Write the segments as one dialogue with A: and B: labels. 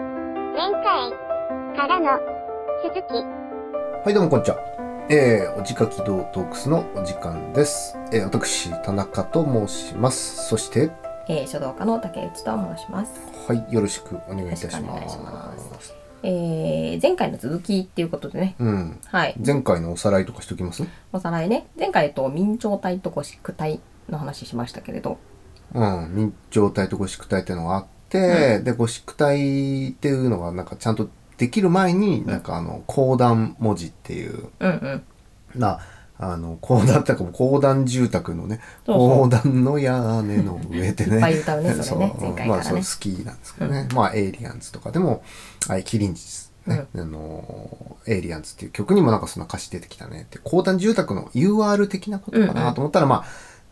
A: 前回からの続き。
B: はい、どうもこんにちは。えー、おじかき道トークスのお時間です。えー、私、田中と申します。そして、
C: えー書道家の竹内と申します、
B: はい、よろしくお願いいたします。
C: よろしくお願いしますえー前回の続きっていうことでね
B: うん。
C: はい
B: 前回のおさらいとかしときます
C: おさらいね前回えっと明朝体と五色体の話しましたけれど
B: うん。明朝体とゴシック体っていうのがあって、で、ゴシック体っていうのがなんかちゃんとできる前に、なんかあの、講談文字っていう、
C: うんうん
B: な、あの、講 談ってか、講談住宅のね、
C: そうそう
B: 講談の屋根の上ってね。
C: いっぱい歌うねそれね
B: う
C: 前回からね
B: まあ、それ好きなんですけどね。まあ、エイリアンズとかでも、あキリンジですね。あのー、エイリアンズっていう曲にもなんかそんな歌詞出てきたねって、講談住宅の UR 的なことか
C: うんう
B: なんと思ったら、まあ、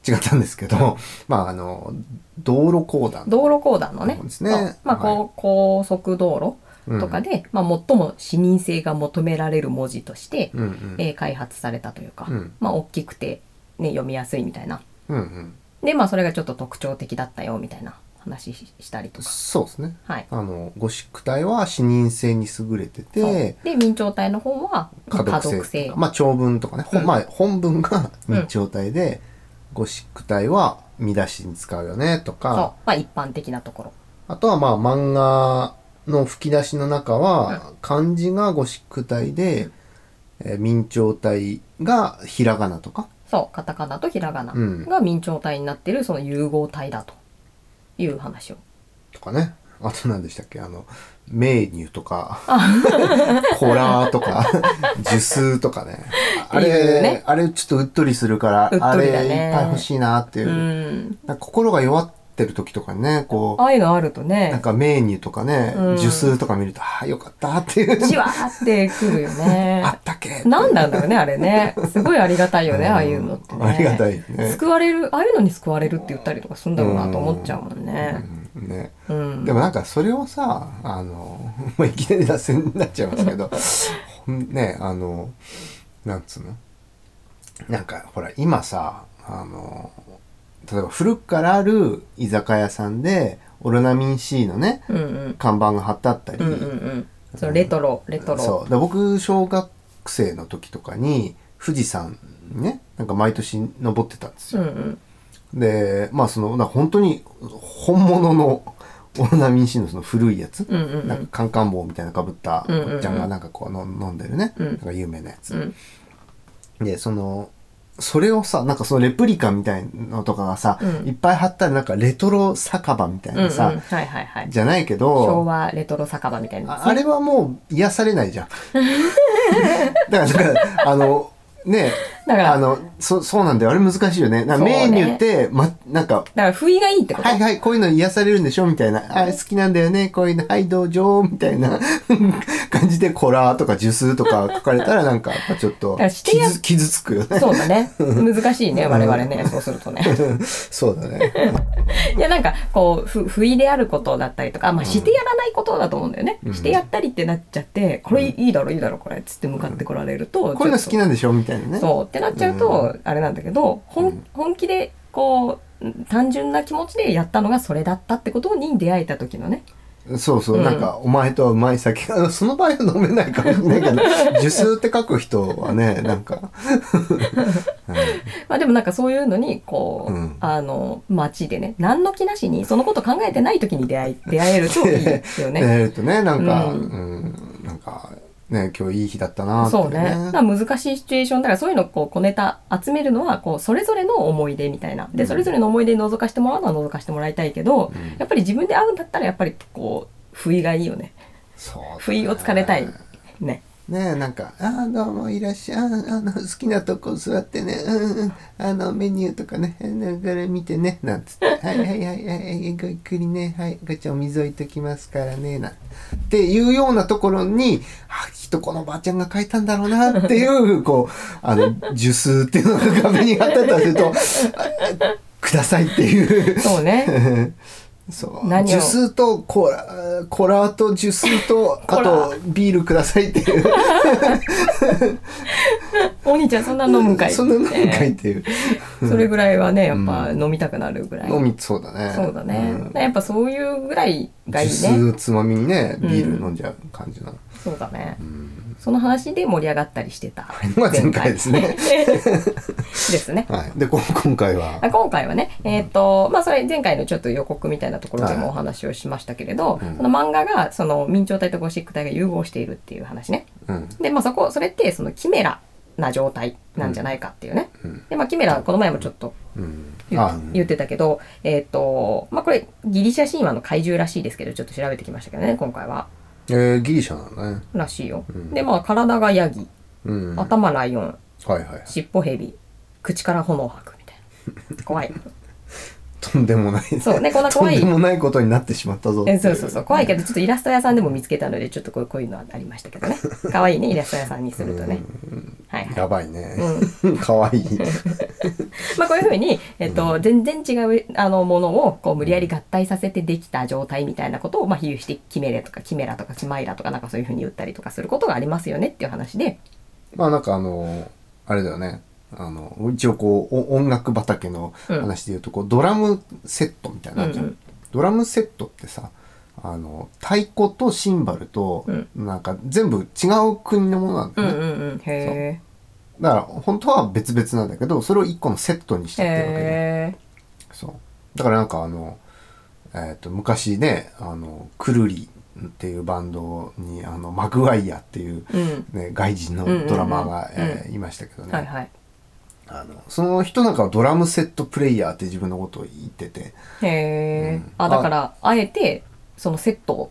B: 違ったんですけど、まあ、あの、道路講談。
C: 道路公団のね
B: そうですね
C: そうまあ、こう
B: は
C: 高速道路とかで、まあ、最も視認性が求められる文字として、
B: うんうん。
C: えー開発されたというか、
B: うん
C: まあ大きくて、ね、読みやすいみたいな
B: うんうん。
C: でまあそれがちょっと特徴的だったよみたいな話ししたりとか
B: そうですね。
C: はい
B: あの、ゴシック体は視認性に優れて
C: そう
B: て、
C: で明朝体の方はまあ
B: 可
C: 可
B: 読
C: 読
B: 性
C: 性
B: まあ長文とかね、ほ
C: うん
B: まあ本文が
C: うん
B: 日朝体で、ゴシック体は見出しに使うよねと
C: そう
B: か、
C: まあ一般的なところ
B: あとはまあ漫画の吹き出しの中は、漢字がゴシック体で、えー明朝体がひらがなとか、
C: そうカタカナとひらがな
B: うん
C: が明朝体になってるその融合体だという話を
B: とかね。あと何でしたっけあの、メニューと か、コラーとか、ジュスとかね。あ
C: い
B: れ、
C: うね
B: あれちょっとうっとりするから、
C: うっ
B: あ
C: と
B: れ
C: りだ
B: い
C: ね
B: っぱい欲しいなっていうう。
C: ん
B: なんか心が弱ってる時とかにね、こ
C: ああいうのあると
B: う、なん
C: ね
B: かメニューとかね、
C: うん
B: 受数とか見ると、ああ、よかったっていう。
C: じわーってくるよね
B: あったけ
C: 何なんだろうねあれねすごいありがたいよねああいうのってね
B: ありがたいね。
C: 救われるああいうのに救われるって言ったりとかするんだろうなと思っちゃうもんね
B: うんね。
C: うん
B: でもなんかそれをさ、あの、もういきなり脱線になっちゃいますけど、ほんね、あの、なんつうのなんかほら、今さ、あの、例えば古くからある居酒屋さんで、オルナミン C のね、
C: うんうん
B: 看板が貼ってあったり、
C: うんうんうんそのレトロレトロ
B: そうで僕小学生の時とかに富士山にねなんか毎年登ってたんです
C: うん
B: よ、
C: うん
B: でまあそのなんか本当に本物のオロナミン C のその古いやつ、
C: うんうん
B: なんかカンカン帽みたいなかぶった
C: うんうんうん
B: おっちゃんがなんかこうの飲んでるね、
C: うん
B: なんか有名なや
C: う
B: つ、
C: ん
B: でそのそれをさなんかそのレプリカみたいのとかがさ、
C: うん
B: いっぱい貼ったらなんかレトロ酒場みたい
C: うんう
B: なんさ、
C: はいはいはい
B: じゃないけど
C: 昭和レトロ酒場みたいな
B: ああれはもう癒されないじゃ ん。だから、だからあの、ね
C: だから
B: あの、そ、そうなんだよ。あれ難しいよね。なんか
C: そうね
B: メニューって、ま、なんか、
C: だから不意がいいってこと、
B: はいはい、こういうの癒されるんでしょみたいな。あ、好きなんだよね。こういうの、はい、どうぞみたい な感じで、コラーとか、ジュスとか書かれたら、なんか、やっぱちょっと
C: からしてや
B: 傷、傷つくよね。
C: そう だね。難しいね、我々ね。そうするとね。
B: そうだね。
C: いや、なんか、こう、ふ、不意であることだったりとか、まあ、してやらないことだと思うんだよね。してやったりってなっちゃって、これいいだろ、いいだろ、これ、つって向かってこられると、
B: こういうの好き
C: な、
B: なんでしょみたいなね。
C: そう、ってなっちゃうと、あれなんだけど、本、本気で、こう、単純な気持ちでやったのがそれだったってことに出会えた時のね。
B: そうそう、なんか、お前とはうまい酒が、その場合は飲めないかもしれないけ ど、受数って書く人はね、なんか、
C: まあでもなんかそういうのに、こう、
B: うん
C: あの、街でね、何の気なしに、そのこと考えてない時に出会い、出会えるといいです よね。
B: やるとね、なんか、う、
C: うんん
B: なんか、ね、今日いい日だったなって、
C: そうね。だから難しいシチュエーションだからそういうのをこう小ネタ集めるのはこうそれぞれの思い出みたいな。でそれぞれの思い出に覗かしてもらうのは覗かしてもらいたいけど、
B: ん
C: やっぱり自分で会うんだったらやっぱりこう不意がいいよね。
B: そうだね
C: 不意をつかれたい ね。
B: ねなんか、ああ、どうもいらっしゃい。あーあの、好きなとこ座ってね、うんうん、あの、メニューとかね、なんかこれ見てね、なん つって、はいはいはいはい、ごゆっくりね、はい、ごちゃんお水置いときますからね、なんて。っていうようなところに、あ、きっとこのばあちゃんが書いたんだろうな、って いう、こう、あの、受数っていうのが壁に貼ってたりす ると、ああくださいっていう。
C: そうね。
B: そう。
C: 何を
B: ジュースとコーラ、コーラとジュースと、あ
C: コラ
B: とビールくださいっていう。
C: お兄ちゃんそんな飲むんかい
B: そんな飲むんかいっていう。
C: それぐらいはねやっぱ
B: う
C: 飲みたくなるぐらい、
B: 飲みそうだね。
C: そうだね、
B: うん
C: やっぱそういうぐらいがいい
B: ジュース
C: ね
B: をつまみにね、ビール飲んじゃう感じなの。
C: そうだね
B: うん。
C: その話で盛り上がったりしてた
B: まあ前回ですね。
C: 前回 ですね
B: はい。で、こ今回
C: あ
B: は、
C: 今回はね、えっ、と、まあ、それ前回のちょっと予告みたいなところで
B: はい
C: もお話をしましたけれど、
B: うん
C: その漫画が、その、明朝体とゴシック体が融合しているっていう話ね。
B: うん。
C: で、まあ、そこ、それって、その、キメラな状態なんじゃないかっていうね。
B: うん
C: で、まあ、キメラ、この前もちょっと
B: うん。
C: 言っ言ってたけど、えっ、と、まあ、これ、ギリシャ神話の怪獣らしいですけど、ちょっと調べてきましたけどね、今回は。
B: えー、ギリシャなんだね。
C: らしいよ。
B: うん
C: で、まあ、体がヤギ、
B: うん。はい
C: 頭ライオン、
B: はいはい。
C: 尻尾ヘビ、口から炎を吐くみたいな。怖い。
B: とんでもないね。
C: そうねこんな怖い
B: とんでもないことになってしまったぞってい
C: えそうそうそう怖いけどちょっとイラスト屋さんでも見つけたのでちょっとこうこういうのはありましたけ どね可愛いねイラスト屋さんにするとねはいはい
B: やばいね。
C: う
B: かわいい。
C: まあこういうふうに、えっと、全然違うあのものをこう無理やり合体させてできた状態みたいなことを、まあ、比喩してキメレとかキメラとかキマイラとかなんかそういうふうに言ったりとかすることがありますよねっていう話で
B: まあなんかあの、あれだよね。あの、一応こう、お音楽畑の話で言うと、こう、ドラムセットみたいなのあるじゃん。
C: うんうん
B: ドラムセットってさ、あの、太鼓とシンバルと、
C: うん
B: なんか全部違う国のものなんだ
C: うん
B: よ
C: う
B: ね。
C: んうんへ
B: だから、本当は別々なんだけど、それを一個のセットにし
C: え
B: ちゃってるわけで、
C: へえ
B: そう。だからなんかあの、えっ、と、昔ね、あの、くるりっていうバンドに、あの、マグワイアっていう、
C: うん
B: ね、外人の
C: うんうんうん
B: ドラマーが、えーいましたけどね、
C: はいはい
B: あのその人なんかはドラムセットプレイヤーって自分のことを言ってて
C: へえ、
B: うん
C: あだからあえてそのセットを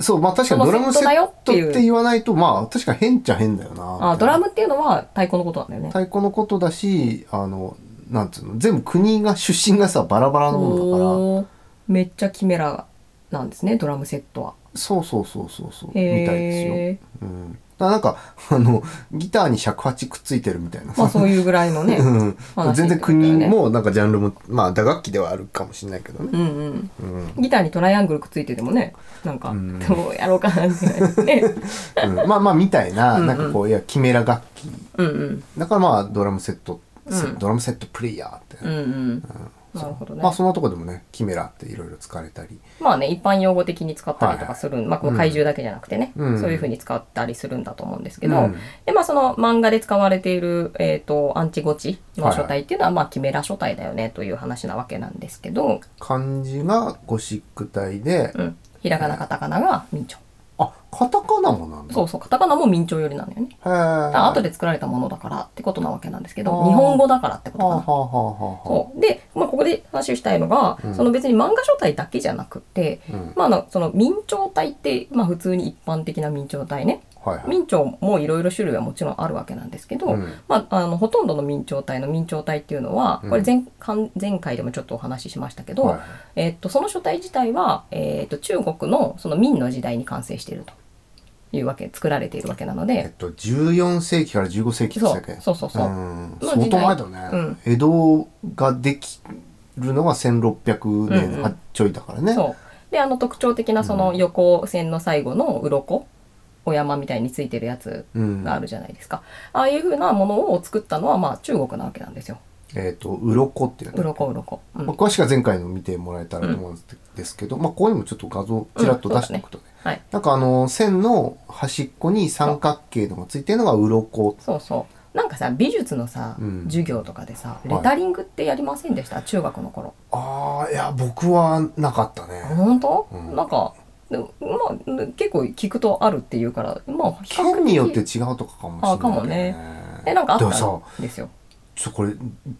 B: そうまあ確かに
C: そ
B: ド
C: の
B: ラムセ
C: セッ
B: ッ
C: トだよっ
B: ト
C: ていう
B: って言わないとまあ確かに変っちゃ変だよなみたいな
C: あドラムっていうのは太鼓のことなんだよね
B: 太鼓のことだしあのなんつうの全部国が出身がさバラバラのものだか
C: おーめっちゃキメラなんですねドラムセットは
B: らそうそうそうそうそうみたいで
C: へえ
B: すよ、うん、だからなんかあのギターに尺八くっついてるみたいなさ
C: まあそういうぐらい のね
B: うん
C: 話
B: 全然
C: ってこと
B: 国
C: だよね
B: もなんかジャンルもまあ打楽器ではあるかもしれないけどね、
C: うんうん
B: うん、
C: ギターにトライアングルくっついててもねなんか
B: うん
C: どうやろうかなみたいなね
B: うんまあまあみたいな、
C: うんうん
B: なんかこう、いや、キメラ楽器。
C: うんうん
B: だからまあ、ドラムセット、せ
C: うん
B: ドラムセットプレイヤーって。
C: うんうん
B: うん
C: なるほどね
B: まあ、そんなとこでもね、キメラっていろいろ使われたり。
C: まあね一般用語的に使ったりとかする、まあこう怪獣だけじゃなくてね、
B: うん
C: そういうふうに使ったりするんだと思うんですけ
B: う
C: ど、
B: ん
C: でまあその漫画で使われている、えっとアンチゴチの書体っていうのは、まあキメラ書体だよねという話なわけなんですけど、
B: 漢字がゴシック体で、
C: うん、ひらがなカタカナが明朝
B: あ、カタカナもなんだ。
C: そうそう、カタカナも明朝よりなんだよね。
B: へー
C: あ後で作られたものだからってことなわけなんですけど、
B: あー
C: 日本語だからってこ
B: はあ
C: と
B: は
C: か
B: あは
C: な。
B: あはあは
C: そう。で、まあ、ここで話をしたいのが、
B: うん
C: その別に漫画書体だけじゃなくて、
B: あ。うん。
C: まあ、あの、その明朝体って、まあ、普通に一般的な明朝体ね。
B: はいはい。
C: 明朝もいろいろ種類はもちろんあるわけなんですけど、
B: うん
C: まあ、あの、ほとんどの明朝体の明朝体っていうのは、こ
B: う
C: れ
B: ん
C: 前,、前回でもちょっとお話ししましたけど、
B: はいはい
C: えっと、その書体自体は、えっと、中国のその明の時代に完成しているというわけ、作られているわけなので、
B: えっと、14世紀から15世紀でしたっけ
C: そうそうそうそうんの時
B: 相
C: 代
B: 当前だね、
C: うん
B: 江戸ができるのが1600
C: うんうん
B: 年はちょいだからね。
C: そう。で、あの特徴的なその横線の最後の鱗、お山みたいについてるやつ
B: うん
C: があるじゃないですか。ああいう風なものを作ったのは、まあ中国なわけなんですよ。
B: えっ、と、鱗っていうの、
C: 鱗鱗。うん
B: まあ詳しくは前回の見てもらえたらと思うんですけど、まあ、ここにもちょっと画像ちらっと出しておくとね。
C: はい。
B: なんかあの、線の端っこに三角形のがついてるのが鱗。
C: そうそう。なんかさ、美術のさ、
B: うん
C: 授業とかでさ、
B: い
C: レタリングってやりませんでした、中学の頃。
B: ああ、いや、僕はなかったね。
C: 本当、
B: うん
C: なんか、でまあ、で結構聞くとあるっていうから、まあ、比較的
B: 県によって違うとかかもしれない、
C: あかもね。え、
B: え、
C: なんかあっ
B: でも
C: た
B: さ
C: んですよ。
B: ちょ、これ、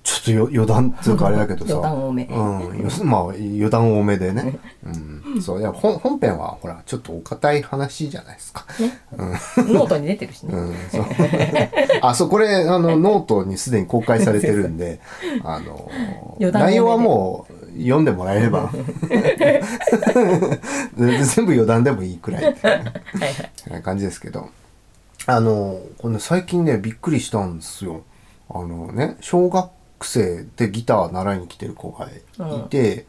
B: ちょっとよ余 談っていうかあれだけどさ。
C: 余談多め。
B: うん、よまあ余談多めでね、うん、そういや本本編はほらちょっとお堅い話じゃないですか、
C: ノートに出てるしね。
B: うん、そう あそうこれあのノートにすでに公開されてるん であの
C: 余談多めで
B: 内容はもう読んでもらえれ ば全部余談でもいいくらいって
C: はいはい。
B: いう感じですけどあのこの最近ねびっくりしたんですよあのね小学生でギター習いに来てる子がいて、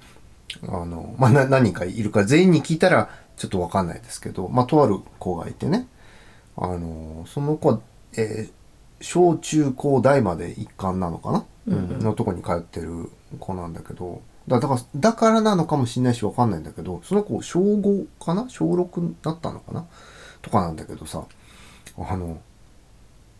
B: あのまあ、な何人かいるから全員に聞いたらちょっとわかんないですけど、まあ、とある子がいてねあのその子は、えー小中高大まで一貫なのかな、
C: うんうん
B: のとこに通ってる子なんだけどだだからだからなのかもしれないしわかんないんだけどその子小5かな小6だったのかなとかなんだけどさあの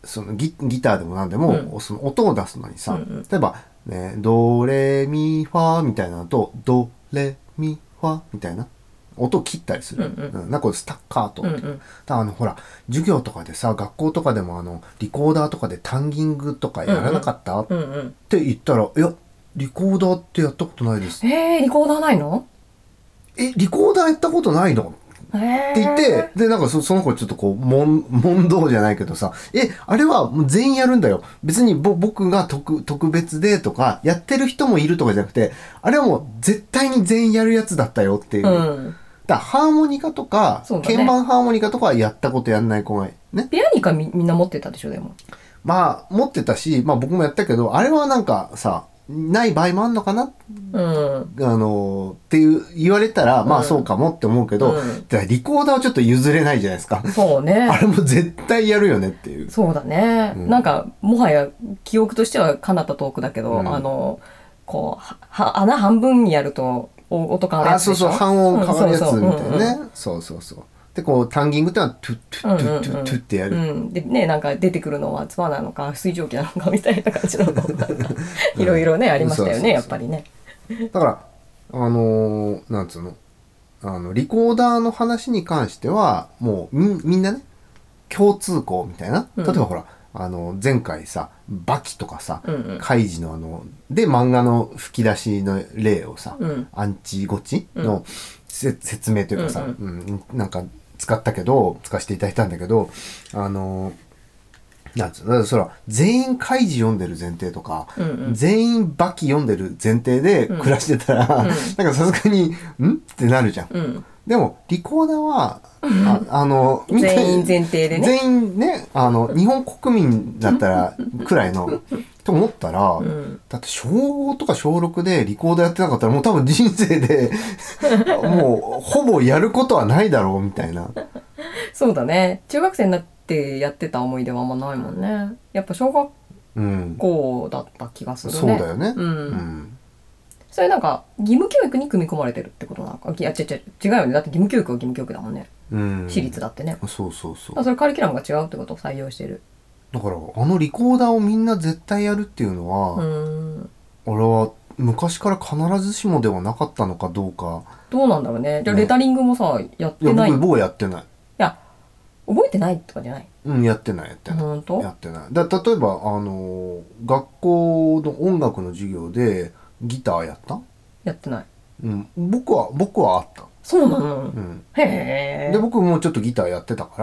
B: そのギギターでも何でも、その音を出すのにさ、
C: うんうん
B: 例えば、ね「ドレミファ」みたいなのと「ドレミファ」みたいな音を切ったりする、
C: うんう
B: な
C: ん
B: んかこれスタッカート
C: う
B: って
C: んう
B: だ
C: ん
B: からあのほら授業とかでさ学校とかでもあのリコーダーとかでタンギングとかやらなかった、っ
C: うんうん
B: て言ったら「いやリコーダーってやったことないです」
C: えー、リコーダーないの
B: 「えリコーダーやったことないの?」
C: えー、
B: って言ってでなんかそその子ちょっとこう問問答じゃないけどさ「えあれはもう全員やるんだよ別にぼ僕が特特別で」とかやってる人もいるとかじゃなくてあれはもう絶対に全員やるやつだったよっていう。
C: うん、
B: だからハーモニカとか、
C: そうだね
B: 鍵盤ハーモニカとかはやったことやんない子がね
C: ピアニカみみんな持ってたでしょでも
B: まあ持ってたし、まあ、僕もやったけどあれはなんかさない場合もあんのかな、
C: うん
B: あのーっていう言われたら、ま
C: う
B: あ
C: ん
B: そうかもって思うけど、
C: うん
B: だからリコーダーはちょっと譲れないじゃないですか
C: そうね
B: あれも絶対やるよねっていう
C: そうだね、
B: うん
C: なんかもはや記憶としては彼方遠くだけど、
B: うん
C: あのこうはは穴半分にやるとお音変わる
B: あ
C: やつ
B: そう
C: でし
B: そ
C: ょ
B: う半音変わるやつみたい
C: うんそうそううん
B: なねそうそうそうでこうタンギングってのはトゥットゥットゥットゥットゥッってや
C: う
B: る
C: ん、でねなんか出てくるのは唾なのか水蒸気なのかみたいな感じのなんかいろいろねありまし
B: そ
C: た
B: うそ
C: よ
B: うそう
C: ねやっぱりね。
B: だからあのーなんつうのあのリコーダーの話に関してはもうみみんなね共通項みたいな
C: うん
B: 例えばほら、あの前回さ「バキ」とかさ
C: うんうん
B: カイジのあので漫画の吹き出しの例をさ、
C: うん
B: アンチゴチのせ、説明というかさ、
C: う
B: うんなんか使ったけど使わせていただいたんだけどあのなんつうのだからそら全員カイジ読んでる前提とか、
C: うんうん
B: 全員バキ読んでる前提で暮らしてたら、
C: ん
B: なんかさすがに「ん?」ってなるじゃん。
C: うん、
B: でもリコーダーはああのみたい
C: 全員前提でね
B: 全員ねあの日本国民だったらくらいの と思ったら、
C: ん
B: だって小5とか小6でリコーダーやってなかったらもう多分人生 でもうほぼやることはないだろうみたいな。
C: そうだね中学生になってやってた思い出はあんまないもんねやっぱ小学
B: うん、
C: 校だった気がするね
B: そうだよね。
C: うん
B: うん
C: それなんか義務教育に組み込まれてるってことなのかいや違う違う違うよねだって義務教育は義務教育だもんね
B: うん
C: 私立だってね、
B: そうそうそう
C: あそれカリキュラムが違うってことを採用してる
B: だからあのリコーダーをみんな絶対やるっていうの
C: う
B: は、
C: ーん
B: 俺は昔から必ずしもではなかったのかどうか
C: どうなんだろうねじゃあ
B: ね
C: レタリングもさやっ
B: いや
C: てない
B: 僕僕はやってない
C: いや覚えてないとかじゃない
B: うんやってないやってない
C: 本当
B: やってないだ例えばあの学校の音楽の授業でギターやった、
C: やってない
B: うん、僕は僕はあった、
C: そうなの
B: うん、
C: へえ
B: で僕もちょっとギターやってたか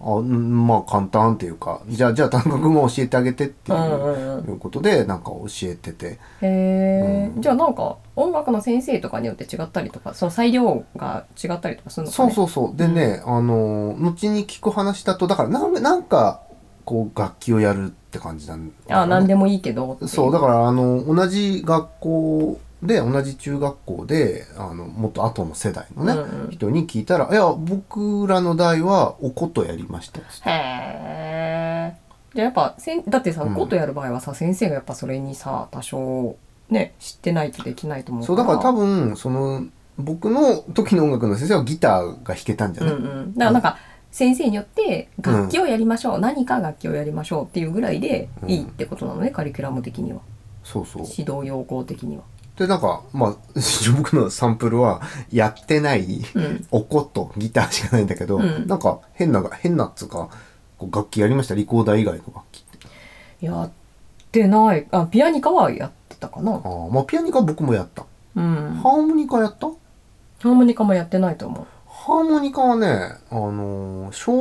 B: らあうんまあ簡単っていうかじゃあじゃあ単独も教えてあげてってい
C: うんうんうん
B: ういうことでなんか教えてて
C: へえ、
B: うん
C: じゃあなんか音楽の先生とかによって違ったりとかその裁量が違ったりとかするのか
B: そう
C: ねう
B: そうそう。でね、あのー、後に聞く話だと、だからなん、なんか、こう、楽器をやるって感じなん
C: あ何
B: で
C: でもいいけどってい
B: そう、だから、あの、同じ学校で、同じ中学校で、あの、もっと後の世代のね、
C: うんうん
B: 人に聞いたら、いや、僕らの代は、おことやりましたっつって。
C: へえ。じゃあやっぱせんだってさ、
B: うん
C: コートやる場合はさ先生がやっぱそれにさ多少ね知ってないとできないと思う
B: そう、だから多
C: 分
B: 分、その、僕の時の音楽の先生はギターが弾けたんじゃない、
C: うんうん、だからなんか、先生によって楽器をやりましょう、何か楽器をやりましょうっていうぐらいでいいってことなのね、カリキュラム的には
B: そうそう。
C: 指導要項的には。
B: で、なんか、まあ、 僕のサンプルは、やってない、
C: うん、
B: おことギターしかないんだけど、
C: うん
B: なんか変なが変なっつうかこう楽器やりましたリコーダー以外の楽器って
C: やってないあピアニカはやってたかな
B: あ、あまあピアニカ僕もやった、
C: うん、
B: ハーモニカやった
C: ハーモニカもやってないと思う。
B: ハーモニカはね、あのー小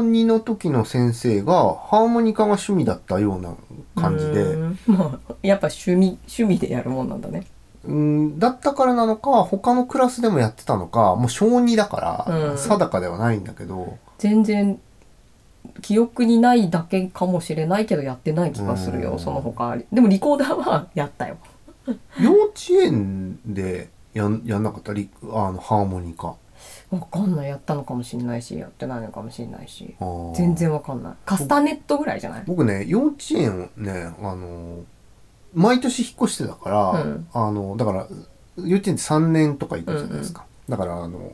B: 2の時の先生がハーモニカが趣味だったような感じで、
C: うんまあやっぱ趣味趣味でやるもんなんだね。
B: うん、だったからなのか他のクラスでもやってたのかもう小2だから、
C: うん
B: 定かではないんだけど
C: 全然記憶にないだけかもしれないけどやってない気がする
B: う
C: よ
B: ん
C: その他でもリコーダーはやったよ
B: 幼稚園でやんやんなかったリあのハーモニカ
C: わかんないやったのかもしれないしやってないのかもしれないし
B: あー
C: 全然わかんないカスタネットぐらいじゃない
B: 僕ね幼稚園をねあの毎年引っ越してたから、
C: うん
B: あのだから幼稚園って3年とか行くじゃないですか、だからあの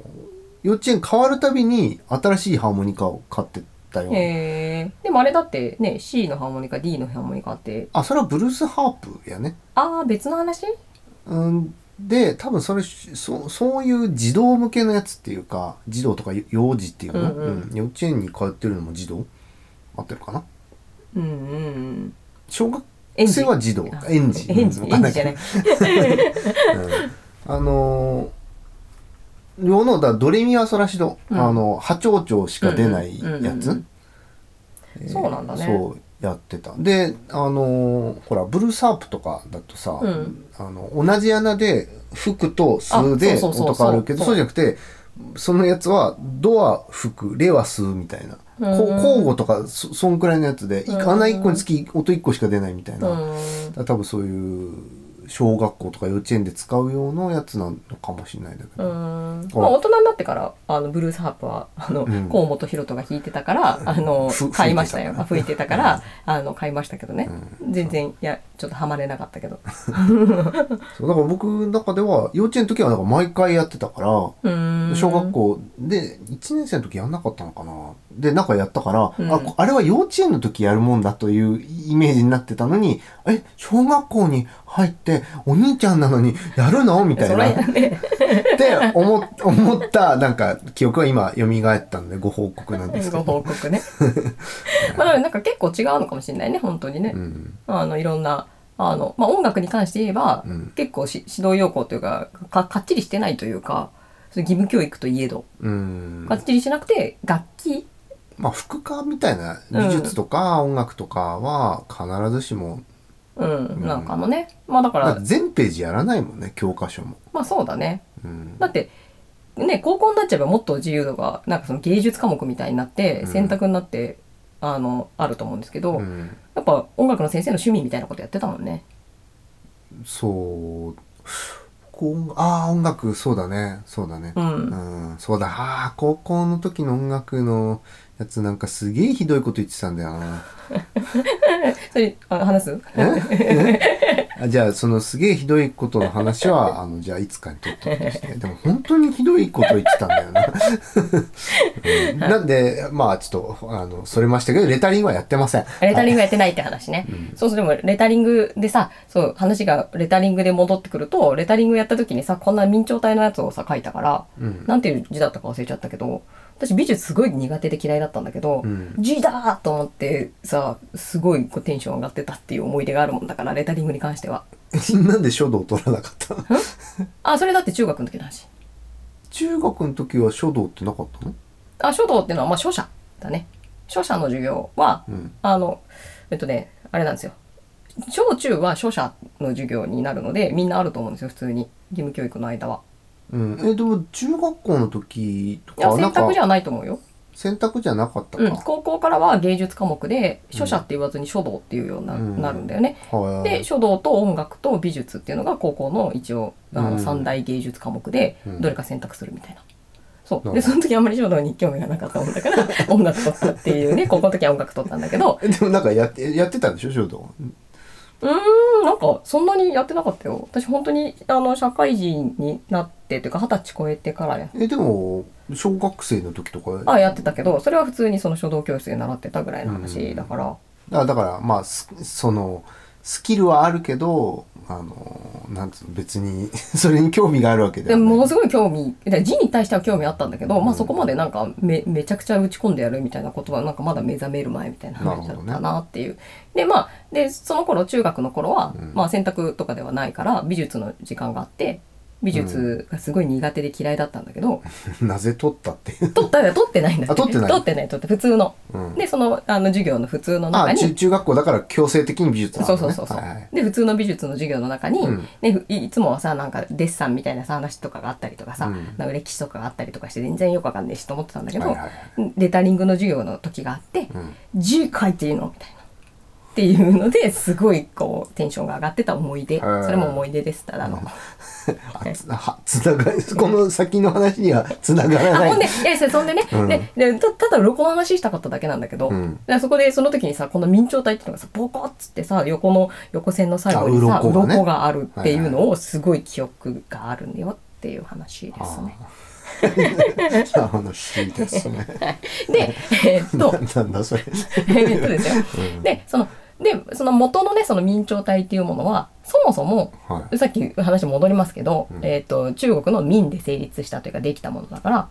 B: 幼稚園変わるたびに新しいハーモニカを買ってったよ、
C: へえでもあれだってね C のハーモニカ D のハーモニカって
B: あそれはブルースハープやね
C: ああ別の話
B: うんで多分それそそういう児童向けのやつっていうか児童とか幼児っていうの、
C: うんうん
B: うん幼稚園に通ってるのも児童合ってるかな
C: うんうんうん
B: 小学
C: 園児
B: 生は児童
C: あ
B: 園児
C: 園児
B: うんわか
C: 園
B: んな
C: 児
B: い
C: じゃない
B: うんあのー、世のだドレミファソラシド、
C: うん
B: あの波長長しか出ないや
C: うんうんうんう
B: つ
C: ん
B: えー
C: そうなんだね
B: そうやってたであのーほらブルースハープとかだとさ、
C: うん
B: あの同じ穴で服と数で
C: あそうそうそう
B: 音
C: そう
B: 変わるけどそうじゃなくてそのやつはドは服レは数みたいな、こ
C: うん
B: 交互とかそそんくらいのやつで、い
C: うん
B: 穴1個につき音1個しか出ないみたいな、
C: うん
B: だから多分そういう小学校とか幼稚園で使う用のやつなのかもしれないんだけ
C: う
B: ど、
C: ん
B: お
C: まあ、大人になってからあのブルースハープはあの、
B: うん
C: 河本大翔が弾いてたからあの
B: ふ
C: 買いましたよあ
B: 吹い
C: 吹い
B: て
C: て
B: た
C: た
B: か
C: かららあの買いましたけどね、全然いやちょっとハマれなかったけど
B: そうだから僕の中では幼稚園の時はなんか毎回やってたから
C: うん
B: 小学校で1年生の時やんなかったのかなでなんかやったから、
C: うん
B: あこあれは幼稚園の時やるもんだというイメージになってたのにえ小学校に入ってお兄ちゃんなのにやるのみたい
C: そ
B: な
C: れ
B: っ
C: ね
B: て思っ思ったなんか記憶が今蘇ったんでご報告なんですけ
C: ご
B: ど。
C: 報 告ねまあだからなんか結構違うのかもしれないね本当にね、
B: うん
C: あのいろんなあの、まあ、音楽に関して言えば、
B: うん
C: 結構し指導要項というかかかっちりしてないというかそれ義務教育といえど
B: うん
C: かっちりしなくて楽器
B: まあ、副科みたいな美術とか音楽とかは必ずしも、
C: うん、なんかのね、まあだか
B: だっ
C: ら
B: て全ページやらないもんね教科書も、
C: まあそうだね
B: うん
C: だってね高校になっちゃえばもっと自由度がなんかその芸術科目みたいになって
B: うん
C: 選択になって、あのあると思うんですけど、
B: うん
C: やっぱ音楽の先生の趣味みたいなことやってたもんね
B: そうこうああ音楽そうだねそうだね
C: うん
B: うんそうだああ高校の時の音楽のやつなんかすげえひどいこと言ってたんだよな
C: それあ話す
B: ええあじゃあそのすげえひどいことの話 はあのじゃあいつかにとっておくとしてでも本当にひどいこと言ってたんだよな、 うんなんでまあちょっとあのそれましたけどレタリングはやってません
C: レタリングやってないって話ね。そうそう、でもレタリングでさ、そう、話がレタリングで戻ってくると、レタリングやった時にさ、こんな明朝体のやつをさ、書いたから、
B: うん
C: なんていう字だったか忘れちゃったけど、私美術すごい苦手で嫌いだったんだけど、
B: うん
C: 字だーと思ってさ、すごいこうテンション上がってたっていう思い出があるもんだから、レタリングに関しては。
B: なんで書道取らなかったの
C: あ、それだって中学の時の話。
B: 中学の時は書道ってなかったの
C: あ、書道ってのは、まあ、書写だね。書写の授業は、
B: うん
C: あの、えっとね、あれなんですよ。小中は書写の授業になるので、みんなあると思うんですよ、普通に。義務教育の間は。
B: うん、えでも中学校の時と
C: いや、
B: かな
C: 選
B: んか
C: 択じゃないと思うよ。
B: 選択じゃなかったか、
C: うん。高校からは芸術科目で、書写って言わずに書道っていうようにな,、
B: うん
C: るんだよね。
B: はい
C: で、書道と音楽と美術っていうのが高校の一応、あ
B: う
C: の
B: ん
C: 三大芸術科目で
B: う、ん
C: どれか選択するみたいな。そう。
B: な
C: で、
B: るほど
C: その時あんまり書道に興味がなかったもん だから、音楽取ったっていうね、高校の時は音楽取ったんだけど、
B: えでもなんかやってやってたんでしょ書道
C: うーん、なんか、そんなにやってなかったよ。私、本当に、あの、社会人になって、というか、二十歳超えてからや。
B: えでも小学生の時とか
C: あ、やってたけど、それは普通にその書道教室で習ってたぐらいの話だから。
B: あだからまあすそのスキルはあるけどあのなんつうの別に それに興味があるわけで
C: で
B: はない
C: ものすごい興味、で字に対しては興味あったんだけど、まあそこまでなんかめ、めちゃくちゃ打ち込んでやるみたいなことは、なんかまだ目覚める前みたいな話だったなっていう。で、まあ、で、その頃、中学の頃は、
B: うん
C: まあ選択とかではないから、美術の時間があって、美術がすごい苦手で嫌いだったんだけど、
B: なぜ取ったっていう、
C: 取った、取ってないんだ
B: あ取ってない
C: 取ってない、取って、普通の。
B: うん、
C: でそのあの授業の普通の中
B: あ中
C: に
B: 中学校だから強制的に美術な
C: そ
B: の
C: う
B: ね
C: そうそうそう、
B: はいはい
C: で普通の美術の授業の中に、
B: うん
C: ねふいいつもはさなんかデッサンみたいなさ話とかがあったりとかさ、
B: うん
C: なんか歴史とかがあったりとかして全然よくわかんないしと思ってたんだけど、
B: はいはいは
C: レタリングの授業の時があって
B: うん
C: 「字書いていいの?」みたいな。ってっていうのですごいこうテンションが上がってた思い出
B: ー
C: それも思い出ですただの。
B: あつはつながこの先の話にはつながら
C: あ
B: ない
C: ほんで、いやそれそんでね、
B: うん
C: ででたただ鱗の話したかっただけなんだけど、
B: うん
C: でそこでその時にさこの明朝体っていうのがさボコッつってさ横の横線の最後にさ
B: あ鱗
C: 鱗
B: が
C: が,、
B: ね
C: あるっていうのをすごい記憶があるんだよっていう話ですね。
B: あ話ですね
C: でえーっと
B: ななんだそれ
C: えーっとですよ、でそのでその元のねその明朝体っていうものはそもそも
B: はい
C: さっき話戻りますけど、
B: うん
C: えーっと中国の明で成立したというかできたものだから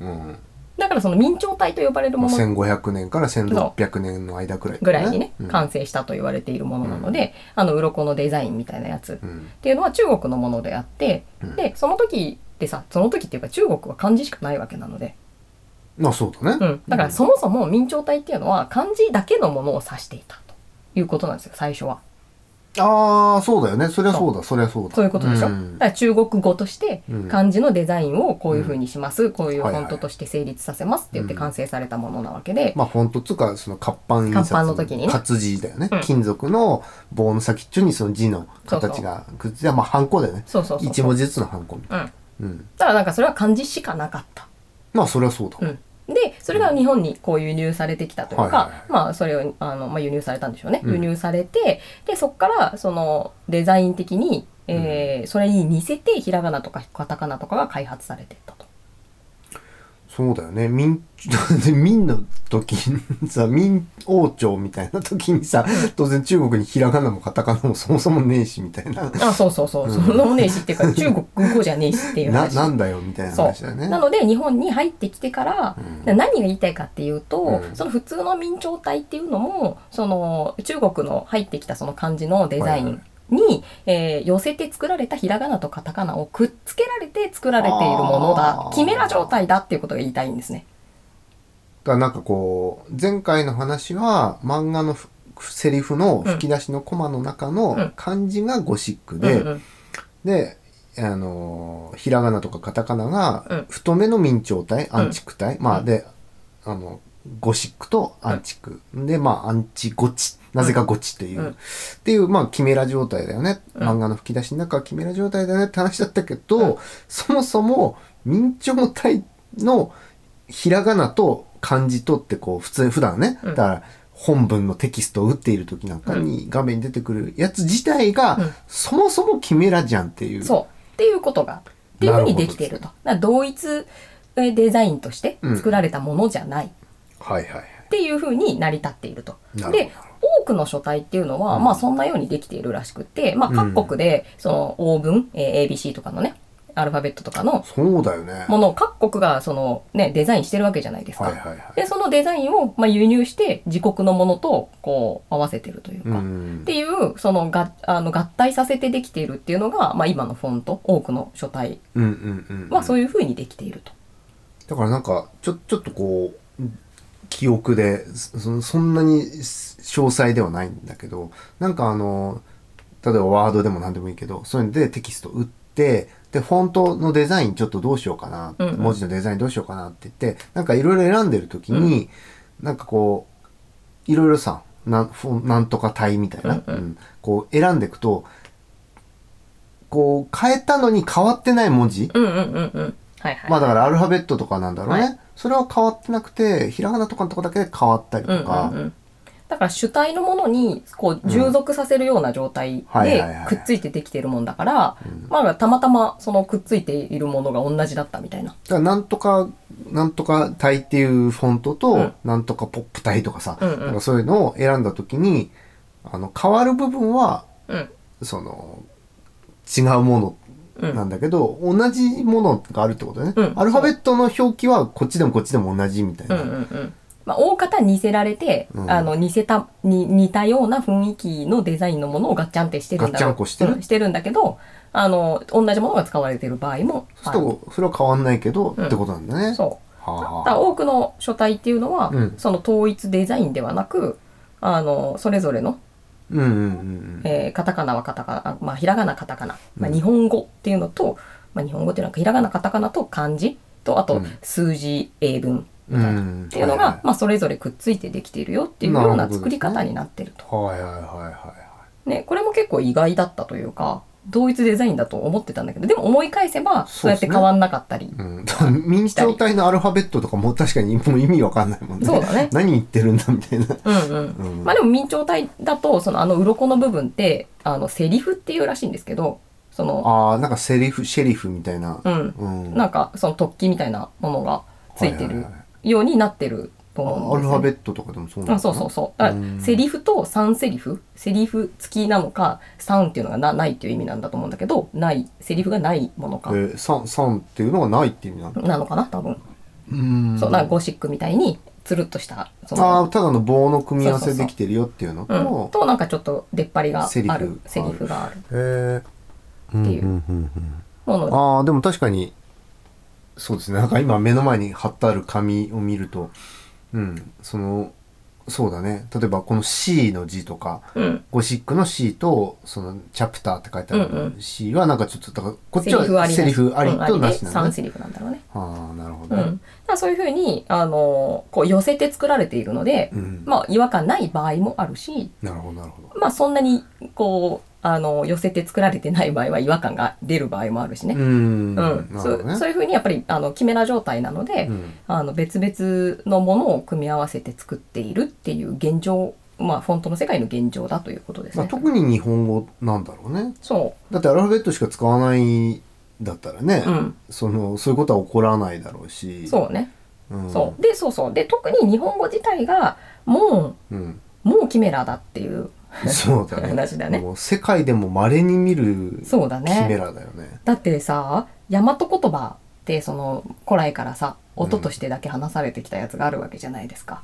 B: うん
C: だからその明朝体と呼ばれる
B: ま
C: も
B: あ、
C: の
B: 1500年から1600年の間くらい
C: ぐらいにね、
B: うん
C: 完成したと言われているものなので、あの鱗のデザインみたいなやつっ
B: うん
C: ていうのは中国のものであって、
B: うん
C: でその時ってさその時っていうか中国は漢字しかないわけなので、
B: まあそうだね、
C: うん、だからそもそも明朝体っていうのは漢字だけのものを指していたということなんですよ最初は。
B: ああそうだよねそりゃそうだそりゃそうだ
C: そういうことでしょ、
B: ん
C: だから中国語として
B: うん
C: 漢字のデザインをこういう風にします、こういうフ
B: はいは
C: ォ
B: い
C: ントとして成立させますって言って完成されたものなわけで、
B: まあフォントっつうかその活版印刷
C: 活版の時にね
B: 活字だよね、
C: うん
B: 金属の棒の先っちょにその字の形がくっついてまあハンコだよね
C: そうそうそう
B: 一文字ずつのハンコみたい
C: うん、
B: な、うん、
C: ただなんかそれは漢字しかなかった。
B: まあそりゃそうだ、
C: うん、でそれが日本にこう輸入されてきたというか、
B: はいはいはい
C: まあそれをあの、まあ、輸入されたんでしょうね、
B: うん
C: 輸入されてでそこからそのデザイン的に、えーそれに似せてひらがなとかカタカナとかが開発されてったと。
B: そうだよね民 民の時にさ民王朝みたいな時にさ当然中国にひらがなもカタカナもそもそもねえしみたいな
C: あそうそうそう、そのねえしっていうか中国語じゃねえしっていう
B: な
C: 話。
B: なんだよみたいな
C: そう
B: 話だよね
C: なので日本に入ってきてから、
B: う
C: 何が言いたいかっていうと、
B: うん
C: その普通の明朝体っていうのもその中国の入ってきたその漢字のデザインに、えー寄せて作られたひらがなとカタカナをくっつけられて作られているもの
B: あ
C: だ
B: ー
C: キメラ状態だっていうことが言いたいんですね。
B: だからなんかこう前回の話は漫画のふセリフの吹き出しのコマの中
C: う
B: の
C: ん
B: 漢字がゴシック
C: うん
B: で、
C: うん
B: で、あのーひらがなとかカタカナ
C: う
B: が
C: ん
B: 太めの明朝体、
C: ん
B: アンチク体、まあ
C: うん
B: であのゴシックとアンチク、でまあアンチゴチなぜかゴチという、
C: うん
B: っていうまあキメラ状態だよね、
C: うん
B: 漫画の吹き出しの中はキメラ状態だよねって話だったけど、
C: うん
B: そもそも明朝体のひらがなと漢字とってこう普通普段ね、
C: うん
B: だから本文のテキストを打っている時なんかに画面に出てくるやつ自体が、
C: うん
B: そもそもキメラじゃんっていう
C: そうっていうことがっていうふうにできていると。
B: な
C: だから同一えーデザインとして作られたものじゃない。
B: はいはいはい。
C: っていう風に成り立っていると。
B: なるほど
C: で多くの書体っていうのは、
B: うん
C: まあそんなようにできているらしくて、まあ
B: うん
C: 各国でその応文、えー ABC とかのねアルファベットとかの
B: そうだよね。
C: ものを各国がそのねデザインしてるわけじゃないですか。
B: はいはいはい。
C: でそのデザインをまあ輸入して自国のものとこう合わせてるという
B: う
C: か。
B: ん
C: っ。ていう、そのが、あの、合体させてできているっていうのが、まあ今のフォント、多くの書体
B: うんうんうん。
C: はそう
B: いう。
C: いう風にできていると。
B: だからなんか、ちょ、ちょっとこう、記憶で、そそんなに詳細ではないんだけど、なんかあの、例えばワードでも何でもいいけど、そういうのでテキスト打って、で、フォントのデザインちょっとどうしようかな、
C: うんうん
B: 文字のデザインどうしようかなって言って、なんかいろいろ選んでるときに、なんかこう、いろいろさなんフォンなんとか体みたいな、
C: うんうん
B: こう選んでいくとこう変えたのに変わってない文字、
C: うんうんうんうん。はいはい。
B: まあだからアルファベットとかなんだろうね、
C: は
B: それは変わってなくてひらがなとかのとこだけ変わったり
C: うん
B: とか、
C: うんうん、だから主体のものにこう従属させるような状態
B: はい
C: で
B: はいはい
C: くっついてできているもんだから、まあ、たまたまそのくっついているものが同じだったみたいな。
B: だからなんとかなんとか体っていうフォントと、
C: うん
B: なんとかポップ体とかさ、
C: うんうん
B: なんかそういうのを選んだ時にあの変わる部分は
C: うん
B: その違うものなんだけど、同じものがあるってことね、
C: うん
B: アルファベットの表記はこっちでもこっちでも同じみたい
C: うん
B: な、
C: うんうんまあ、大方似せられて、
B: うん
C: あの似せたに似たような雰囲気のデザインのものをガッチャンってしてるんだろう
B: ガッチャンコしてる
C: うんしてるんだけどあの同じものが使われている場合も
B: そ
C: あ
B: う
C: る
B: するとそれは変わんないけど、
C: うん
B: ってことなんだね。
C: そう
B: はあ
C: だ
B: は
C: か
B: あ
C: ら多くの書体っていうのは、
B: うん
C: その統一デザインではなくあのそれぞれの
B: うんうんうんうん。
C: えーカタカナはカタカナ、あまあ、ひらがなカタカナ、ま
B: う
C: あ、
B: ん
C: 日本語っていうのと、まあ、日本語っていうのはひらがなカタカナと漢字とあ
B: う
C: と
B: ん
C: 数字英文みたいな、
B: うん
C: っていうのが、
B: はいはい
C: まあ、それぞれくっついてできているよっていうような作り方になってると。
B: はいはいはいは
C: ね、これも結構意外だったというか同一デザインだと思ってたんだけどでも思い返せば
B: そ
C: そ
B: で
C: ううや
B: すね
C: って変わんなかったり
B: い。うん、明朝体のアルファベットとかも確かにもう意味わかんないもんね。
C: そうだね
B: 何言ってるんだみたいな。
C: うんうん
B: うん
C: まあでも明朝体だとそのあの鱗の部分ってあのセリフっていうらしいんですけどその
B: ああ、なんかセリフ、シェリフみたいな。
C: うん
B: うん。
C: なんかその突起みたいなものがついて
B: はい
C: る
B: はいはい
C: ようになってると
B: あ
C: 思
B: ア
C: う
B: ル
C: んです
B: フ
C: よ
B: ァベットとかでもそうなのかな
C: あそうそうそうだか
B: うん
C: らセリフと3セリフセリフ付きなのか3っていうのがなないっていう意味なんだと思うんだけどないセリフがないものか
B: えー、さん、さんっていうのがないって意味なの
C: なのかな多分
B: うん
C: そうなんかゴシックみたいにつるっとしたそ
B: あ
C: の、
B: あ、ただの棒の組み合わせ
C: そうそうそ
B: で
C: う
B: きてるよっていうの
C: うん、
B: と、
C: となんかちょっと出っ張りがある
B: セ
C: セ
B: リ
C: リ
B: フ
C: フがある
B: えー、
C: っていうん
B: うんうん
C: もの
B: う
C: で
B: んああ、でも確かに、そうですね。なんか今目の前に貼ってある紙を見ると、うん、その、そうだね。例えばこの C の字とか、
C: うん、
B: ゴシックの C と、その、チャプターって書いてあ
C: うんう
B: る C はなんかちょっと、だから、こっ
C: セ
B: ち
C: リフあ
B: は
C: り
B: セリフありとなしな
C: うんあ
B: の
C: りで3
B: ね。
C: セリフなんだろうね。
B: ああ、なるほ
C: う
B: ど
C: ん、だ
B: ね。
C: からそういうふうに、あのこう寄せて作られているので、
B: うん
C: まあ違和感ない場合もあるし、
B: なるほど、なるほど。
C: まあそんなにこう、あの寄せて作られてない場合は違和感が出る場合もあるしね。
B: うん。
C: う、
B: なんるほ
C: そ
B: ど
C: う
B: ね
C: そういうふうにやっぱりあのキメラ状態なので、
B: うん
C: あの別々のものを組み合わせて作っているっていう現状まあフォントの世界の現状だということです
B: まあ、
C: ね。
B: 特に日本語なんだろうね。
C: そ
B: だってアルファベットしか使わないだったらね、
C: う、うん、
B: そのそういうことは起こらないだろうし
C: そうね、
B: う,、ん、
C: そうでそうそうで特に日本語自体がも
B: う、ん、
C: うもうキメラだっていう
B: そうだね
C: 話だね
B: もう世界でもまれに見るキ
C: そうだね
B: メラだよね
C: だってさ大和言葉ってその古来からさ音としてだけ話されてきたやつがあるわけじゃないですか。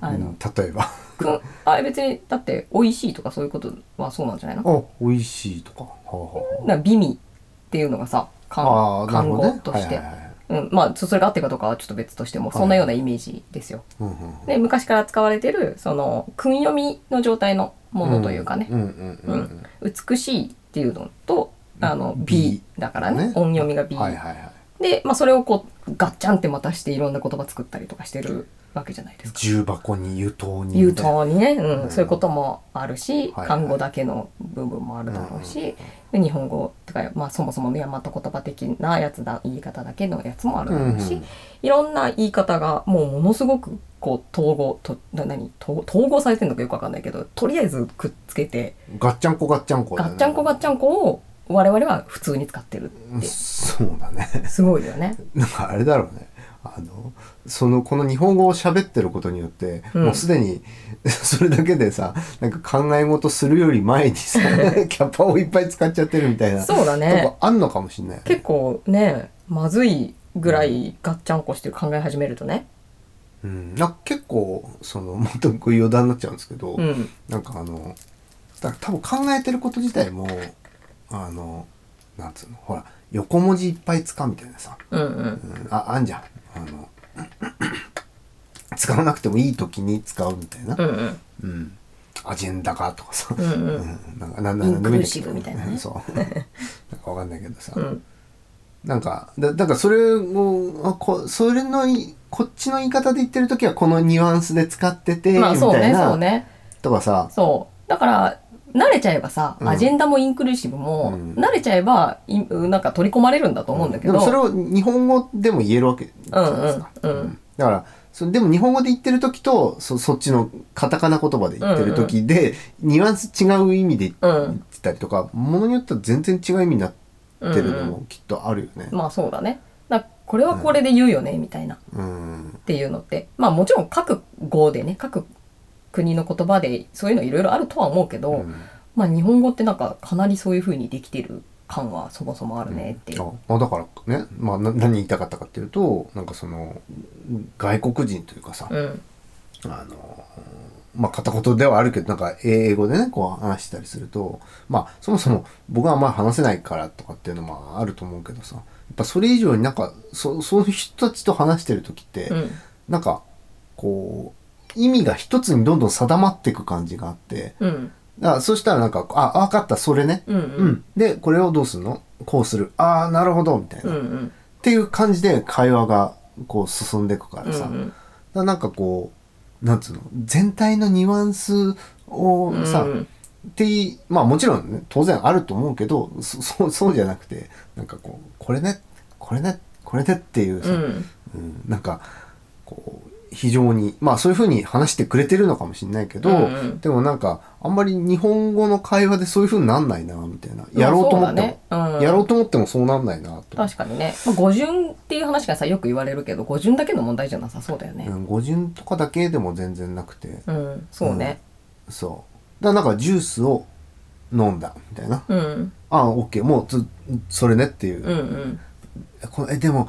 C: あ
B: う
C: の
B: ん例えばあ
C: くんあ別にだって「美味しい」とかそういうことはそうなんじゃないの
B: 美味しいとかはあ、は
C: な美味っていうのがさ
B: あ
C: 漢
B: はあ、あーなる
C: 漢
B: ほど
C: 語
B: ね
C: として
B: はいはいはい
C: うん、まあそそれが合ってるかどうかはちょっと別としても
B: はい
C: そんなようなイメージですよ。
B: うんうん
C: で昔から使われてるその訓読みの状態のものというかね、
B: うんうんうんうん
C: 美しいっていうのとあの
B: 美
C: 美だからね
B: ね
C: 音読みが美、
B: はいはいはい
C: で、まあ、それをこうガッチャンってまたしていろんな言葉作ったりとかしてるわけじゃないですか。
B: 重箱に湯筒に
C: 言うとにね、うん
B: うん
C: そういうこともある
B: は
C: し、
B: いはい
C: 漢語だけの部分もあるだろうし、で日本語とか、まあ、そもそもの大和言葉的なやつだ言い方だけのやつもあるだろう
B: う
C: し、
B: んうん
C: いろんな言い方がもうものすごくこう統合とな何統統合されてるのかよくわかんないけどとりあえずくっつけて、
B: ガッチャンコガッチャンコだ
C: ガ
B: よね
C: ッチャンコガッチャンコを我々は普通に使ってる
B: うん
C: っ
B: そうだね
C: てすごいよね。
B: なんかあれだろうね。あの、その、この日本語を喋ってることによって、
C: うん
B: もうすでに、 それだけでさ、なんか考え事するより前に さ、キャパをいっぱい使っちゃってるみたいな、
C: そうだね
B: とこあんのかもしんないよね。
C: 結構ねまずいぐらいガッチャンコして考え始めるとね。
B: うん。なんか結構、その、もっとこう余談になっちゃうんですけど、
C: うん、
B: なんかあの、だ多分考えてること自体も、あの、なんつうの、ほら、横文字いっぱい使うみたいなさ、
C: うん、うん
B: うんあ、あんじゃん。あの、 使わなくてもいい時に使うみたいな。
C: うんうん
B: うん、アジェンダ化とかさ、
C: うんうん
B: うんなんかなんだ
C: イ
B: な
C: ン
B: ん
C: ク
B: だ
C: ルーシブみたいなね
B: うんそう。なんかわかんないけどさ、
C: うん
B: なんかだだからそれをあこそれのいこっちの言い方で言ってる時はこのニュアンスで使ってて、
C: まあそう
B: みたい
C: ね
B: な
C: そうね
B: とかさ、
C: そうだから慣れちゃえばさ、
B: うん
C: アジェンダもインクルーシブも、
B: うん
C: 慣れちゃえばいなんか取り込まれるんだと思うんだけど、
B: でもそれを日本語でも言えるわけじゃないですか。
C: うんうんうん
B: だからそでも日本語で言ってる時とそそっちのカタカナ言葉で言ってる時で、ニュアンス違う意味で言ってたりとか、ものによっては全然違う意味になってるのもきっとあるよね。
C: まあそうだねだこれはこれで言うよね、みたいなっ
B: うん
C: ていうのってまあもちろん各語でね各国の言葉でそういうのいろいろあるとは思うけど、まあ日本語ってなんかかなりそういうふうにできてる感はそもそもあるねっていう、
B: ああだからね、まあ、な何言いたかったかっていうとなんかその外国人というかさ、
C: うん
B: あのまあ片言ではあるけどなんか英語でねこう話したりするとまあそもそも僕はあんまり話せないからとかっていうのもあると思うけどさやっぱそれ以上になんかそそういう人たちと話してる時って、
C: うん
B: なんかこう意味が一つにどんどん定まっていく感じがあって
C: うん
B: だからそしたらなんか「あ分かったそれね」
C: うん
B: う
C: うん
B: ん、でこれをどうするのこうするああなるほどみたいな、
C: うんう
B: っ
C: ん
B: ていう感じで会話がこう進んでいくからさ、
C: うんうん
B: だなんかこうなんつうの全体のニュアンスをさ、
C: うん
B: っていまあもちろん、ね、当然あると思うけどそ そうそうじゃなくてなんかこうこれねこれねこれねっていうさ、
C: うん
B: うんなんかこう非常にまあそういうふうに話してくれてるのかもしれないけど、
C: うんうん
B: でもなんかあんまり日本語の会話でそういうふうになんないなみたいなやろうと思っても、
C: そうだねうん
B: やろうと思ってもそうなんないなと。
C: 確かにね、まあ、語順っていう話がさよく言われるけど語順だけの問題じゃなさそうだよね
B: うん語順とかだけでも全然なくて
C: うん、そうね
B: そうだからなんかジュースを飲んだみたいな
C: うん
B: ああオッケーもうずそれねっていう、
C: うんうん
B: このえでも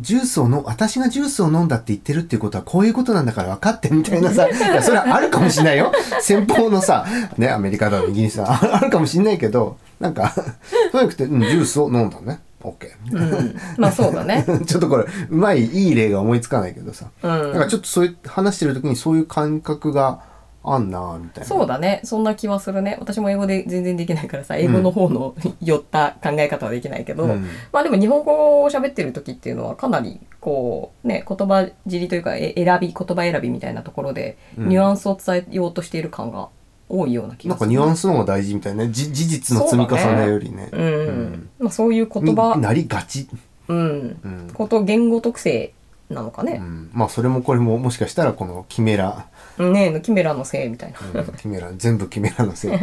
B: ジュースをの私がジュースを飲んだって言ってるっていうことはこういうことなんだから分かってみたいな さいやそれはあるかもしれないよ先方のさねアメリカだのイギリスだのあるかもしれないけどなんかそうじゃなくて、うん、ジュースを飲んだねオッケ
C: う
B: ー
C: んまあそうだね
B: ちょっとこれうまいいい例が思いつかないけどさ、
C: う
B: なんか
C: ん
B: ちょっとそういう話してる時にそういう感覚があんなみたいな
C: そうだねそんな気はするね私も英語で全然できないからさ英語の方の寄った考え方はできないけど、
B: うん
C: まあでも日本語を喋ってる時っていうのはかなりこうね言葉尻というかえ選び言葉選びみたいなところで
B: うん
C: ニュアンスを伝えようとしている感が多いような気
B: な
C: が
B: ん
C: す
B: か
C: る、
B: ニュアンスの方が大事みたいなねじ事実の積み重ねよりね
C: うん、
B: うん
C: まあ、そういう言
B: に
C: 葉、
B: なりがち、
C: うん、
B: うん
C: こと言語特性なのか
B: う
C: ね、
B: んまあそれもこれももしかしたらこのキメラ、
C: ねえキメラのせいみたいな、
B: うんキメラ全部キメラのせい、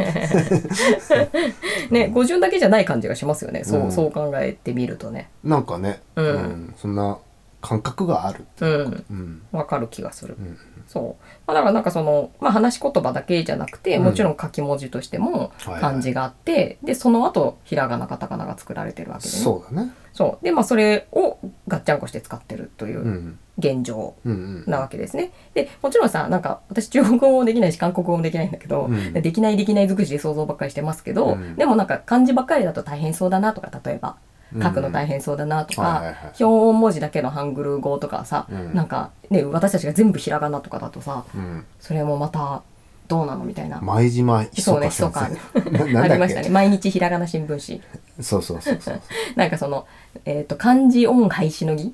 C: ね語順だけじゃない感じがしますよねそう,、
B: うん
C: そう考えてみるとね
B: なんかね、
C: うん
B: そんな感覚がある、
C: うん
B: うん
C: わかる気がする、
B: うん
C: そう、まあ、だからなんかその、まあ、話し言葉だけじゃなくて
B: うん
C: もちろん書き文字としても
B: いはい
C: 漢字があって、でその後ひらがなカタカナが作られてるわけで、ね、
B: そうだね、、
C: そうでまあそれをガッチャンコして使ってるといううん現状
B: うんうん
C: なわけですね。でもちろんさなんか私中国語もできないし韓国語もできないんだけど、
B: うん
C: できないできない尽くしで想像ばっかりしてますけど、
B: うん
C: でもなんか漢字ばっかりだと大変そうだなとか例えば書くの大変そうだなと
B: うんはいはい
C: か
B: はい
C: 表音文字だけのハングル語とかさ、
B: うん
C: なんか、ね、私たちが全部ひらがなとかだとさ
B: うん、
C: それもまたどうなのみたいな。
B: 前島ひそか
C: そ
B: 先
C: うね
B: 生なな
C: あり
B: んだ
C: ま
B: っ
C: したね
B: け
C: 毎日ひらがな新聞
B: そうそうそうそう、
C: 紙なんかその、えー、と漢字音廃止の儀、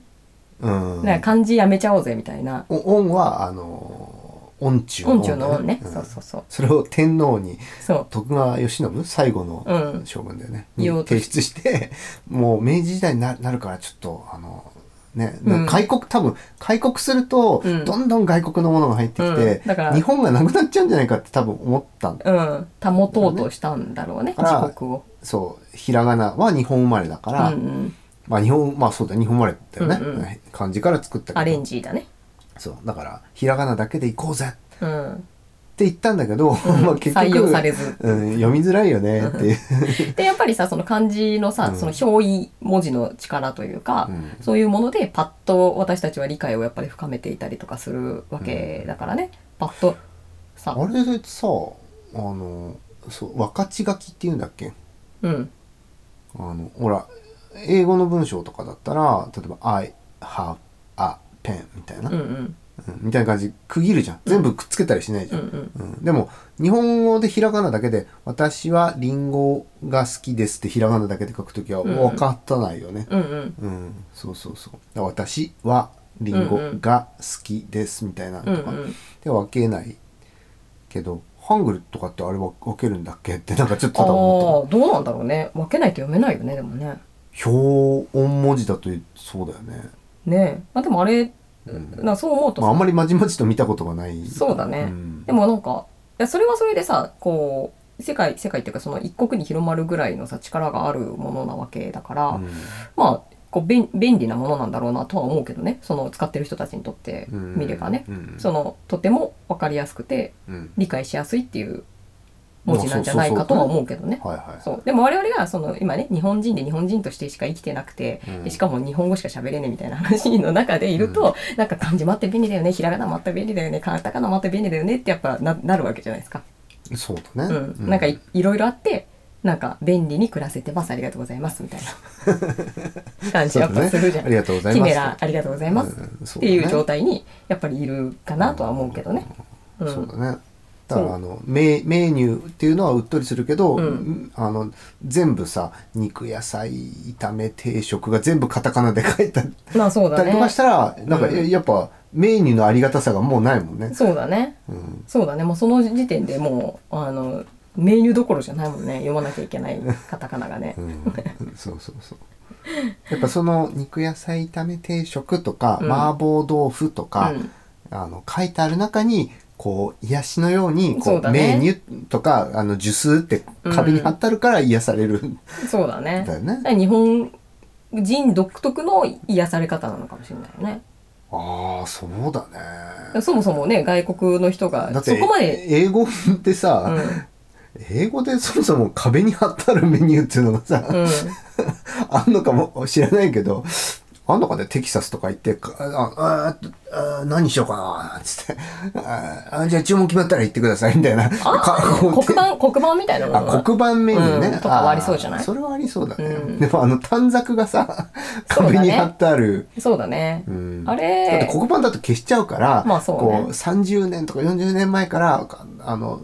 B: うん、
C: なんか漢字やめちゃおうぜみたいな
B: お音はあのー音中
C: 音中の音ね、
B: うん
C: そうそうそう
B: それを天皇に
C: そう
B: 徳川慶喜最後の
C: うん
B: 将軍だよね、
C: 言お
B: に
C: うと
B: 提出して もう明治時代にななるからちょっとあのね、
C: うん
B: 開国多分開国すると
C: うん
B: どんどん外国のものが入ってきて
C: うん、だから
B: 日本がなくなっちゃうんじゃないかって多分思ったんだ
C: うん、保とうとしたんだろうね、
B: だから
C: 自国を。
B: そうひらがなは日本生まれだから、
C: うんうん、
B: まあ日本まあそうだよ日本生まれだよね、
C: うんう
B: 漢字から作ったけど
C: アレンジだね。
B: そうだからひらがなだけでいこうぜ
C: うん、
B: って言ったんだけど、 まあ結局
C: 採用されず
B: うん、読みづらいよ ねっていう、
C: でやっぱりさその漢字のさ、
B: うん
C: その表意文字の力というか、
B: うん
C: そういうものでパッと私たちは理解をやっぱり深めていたりとかするわけだからね、パッとさ
B: あれでさあのそう分かち書きっていうんだっけ
C: うん
B: あのほら英語の文章とかだったら例えば「I have a pen」みたいな、
C: うんうん
B: うんみたいな感じ区切るじゃん全部くっつけたりしないじ
C: う
B: ゃ
C: ん
B: ん、
C: うん
B: うんでも日本語でひらがなだけで「私はリンゴが好きです」ってひらがなだけで書くときは
C: ん
B: 分かったないよね、
C: うんうん
B: うん、そうそうそう。だから私はリンゴが好きですみたいなのとか、
C: うんうん
B: で分けないけど、ハングルとかってあれは分けるんだっけってなんかちょっとただ思っ
C: あーどうなんだろうね分けないと読めないよねでもね
B: た。表音文字だとそうだよね。
C: ねえ、まあ、でもあれ、なそう思うと
B: ま
C: さ
B: あ、あんまりまじまじと見たことがない。
C: そうだね、
B: ん
C: でもなんかいやそれはそれでさこう世界世界っていうかその一国に広まるぐらいのさ力があるものなわけだから、
B: うん
C: まあこう便便利なものなんだろうなとは思うけどねその使ってる人たちにとって見ればね、
B: うん
C: そのとても分かりやすくて
B: うん
C: 理解しやすいっていう文字なんじゃないかとは思うけどね。
B: はいはい。
C: そうでも我々がその今ね日本人で日本人としてしか生きてなくて、
B: うん
C: でしかも日本語しか喋れねえみたいな話の中でいると、なんか漢字もあって便利だよねひらがなもあって便利だよねカタカナもあって便利だよねってやっぱななるわけじゃないですか。
B: そうだ
C: う
B: ね。
C: ん、なんかいいろいろあってなんか便利に暮らせてますありがとうございますみたい な感じやっぱするじゃん。
B: そうだねありがとうございます
C: キメラありがとうございます、
B: うん
C: っ
B: そう
C: て
B: だね
C: いう状態にやっぱりいるかなとは思うけどね。うん
B: そうだね。だか
C: そう
B: らあのメメニューっていうのはうっとりするけど、
C: ん
B: あの全部さ肉野菜炒め定食が全部カタカナで書いてあっ
C: まあそうだ
B: たり
C: ね
B: とかしたら、なんか、
C: うん
B: やっぱメニューのありがたさがもうないもんね。
C: そうだね
B: うん
C: そうだねもうその時点でもうあのメニューどころじゃないもんね読まなきゃいけないカタカナがね
B: う、ん、そうそうそう。やっぱその肉野菜炒め定食とか、
C: うん
B: 麻婆豆腐とか、
C: うん
B: あの書いてある中にこう癒しのようにこ
C: そううだ
B: メ
C: ね
B: ニューとかあのジュスって壁に貼ってあるから癒されるん
C: そうだね
B: だよね。
C: 日本人独特の癒され方なのかもしれないよね
B: ああそうだね。
C: そもそもね外国の人
B: だ
C: が
B: っ
C: そ
B: て
C: こまで、
B: 英語って
C: う
B: さ、
C: ん
B: 英語でそもそも壁に貼ってあるメニューっていうのがさ、
C: うん、
B: あんのかも知らないけど、あんのかね、テキサスとか行って、かあ、あ、あ何しようかな、つって、あ、あじゃあ注文決まったら行ってください、みたいな。かこう
C: 黒板黒板みたいなもの
B: あ、黒板メニューね。
C: うんとかはありそうじゃない
B: それはありそうだね。
C: うん
B: でもあの短冊がさ、
C: そうだね
B: 壁に貼ってある。
C: そうだね、
B: うん
C: あ
B: だって
C: れ
B: 黒板だと消しちゃうから、
C: まあそうね
B: こう30年とか40年前からかあの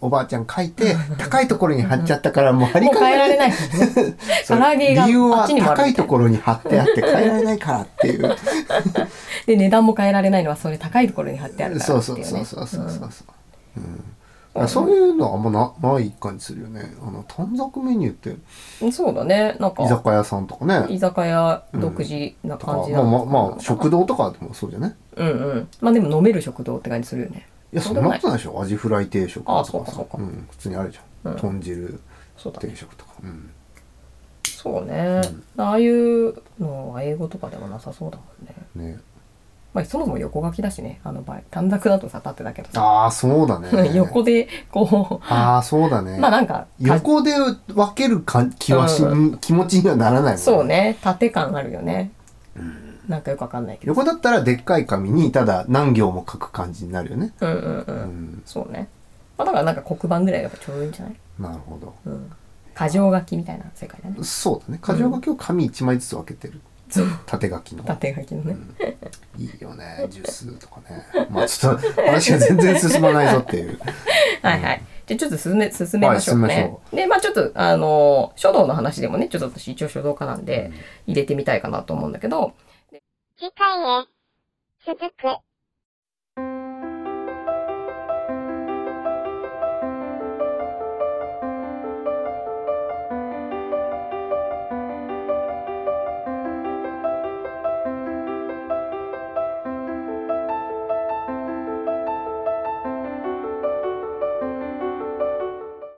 B: おおばあちゃん書い て高いところに貼っちゃったからもう貼り
C: もう
B: 替え
C: 変え
B: ら
C: ら
B: れ
C: れ
B: ない
C: ない
B: そう
C: 唐揚げが
B: 理由
C: あ
B: は
C: っちにもあるみ
B: 高
C: たいな
B: いところに貼ってあって変えられないからって いう
C: で値段も変えられないのはそれ高いところに貼ってあるか
B: そ
C: ら
B: う
C: ってい
B: そうう
C: ね
B: そうそうそうそうそう、うんだか
C: うん
B: らそういうのはあんまなない感じするよねあの短冊メニューって
C: うんそうだねなん
B: 居
C: か
B: 酒屋さんとかね
C: 居酒屋独自な
B: とか
C: 感じ
B: ま
C: な
B: あま
C: の
B: あ
C: かな
B: まあ食堂とかでもそうじゃない
C: うんうんまあでも飲める食堂って感じするよね
B: いやそんなことないでしょアジフライ定食と
C: あ
B: か
C: そうか
B: さ
C: そうか
B: ん、普通にあるじゃん、
C: うん
B: 豚汁
C: そうだね
B: 定食とか、うん、
C: そうね、ああいうのは英語とかでもなさそうだもんね
B: ね
C: まあ、そもそも横書きだしねあの場合短冊だとさ立ってだけどさ、
B: ああそうだね
C: 横でこ
B: ああそうだ
C: う
B: ね、
C: まあなんか
B: 横で分けるか気はし、
C: う
B: 気持ちにはならないもんね
C: そうね縦感あるよね、なんかよくわかんないけど
B: 横だったらでっかい紙にただ何行も書く感じになるよね
C: うんうんう、
B: うんん
C: そうね、まあ、だからなんか黒板ぐらいがやっぱちょうどいいんじゃない、
B: なるほど
C: うん、過剰書きみたいな世界だね
B: そうだね箇条書きを紙1枚ずつ分けてる、
C: そう
B: 縦書きの
C: 縦書きのね、
B: いいよねジュースとかねまあちょっと話が全然進まないぞって いう
C: はいはいじゃあちょっと進め進めましょう
B: はい進め
C: ね
B: ま。
C: でまあちょっとあの書道の話でもねちょっと私一応書道家なんで入れてみたいかなと思うんだけど
A: 次回へ、続く。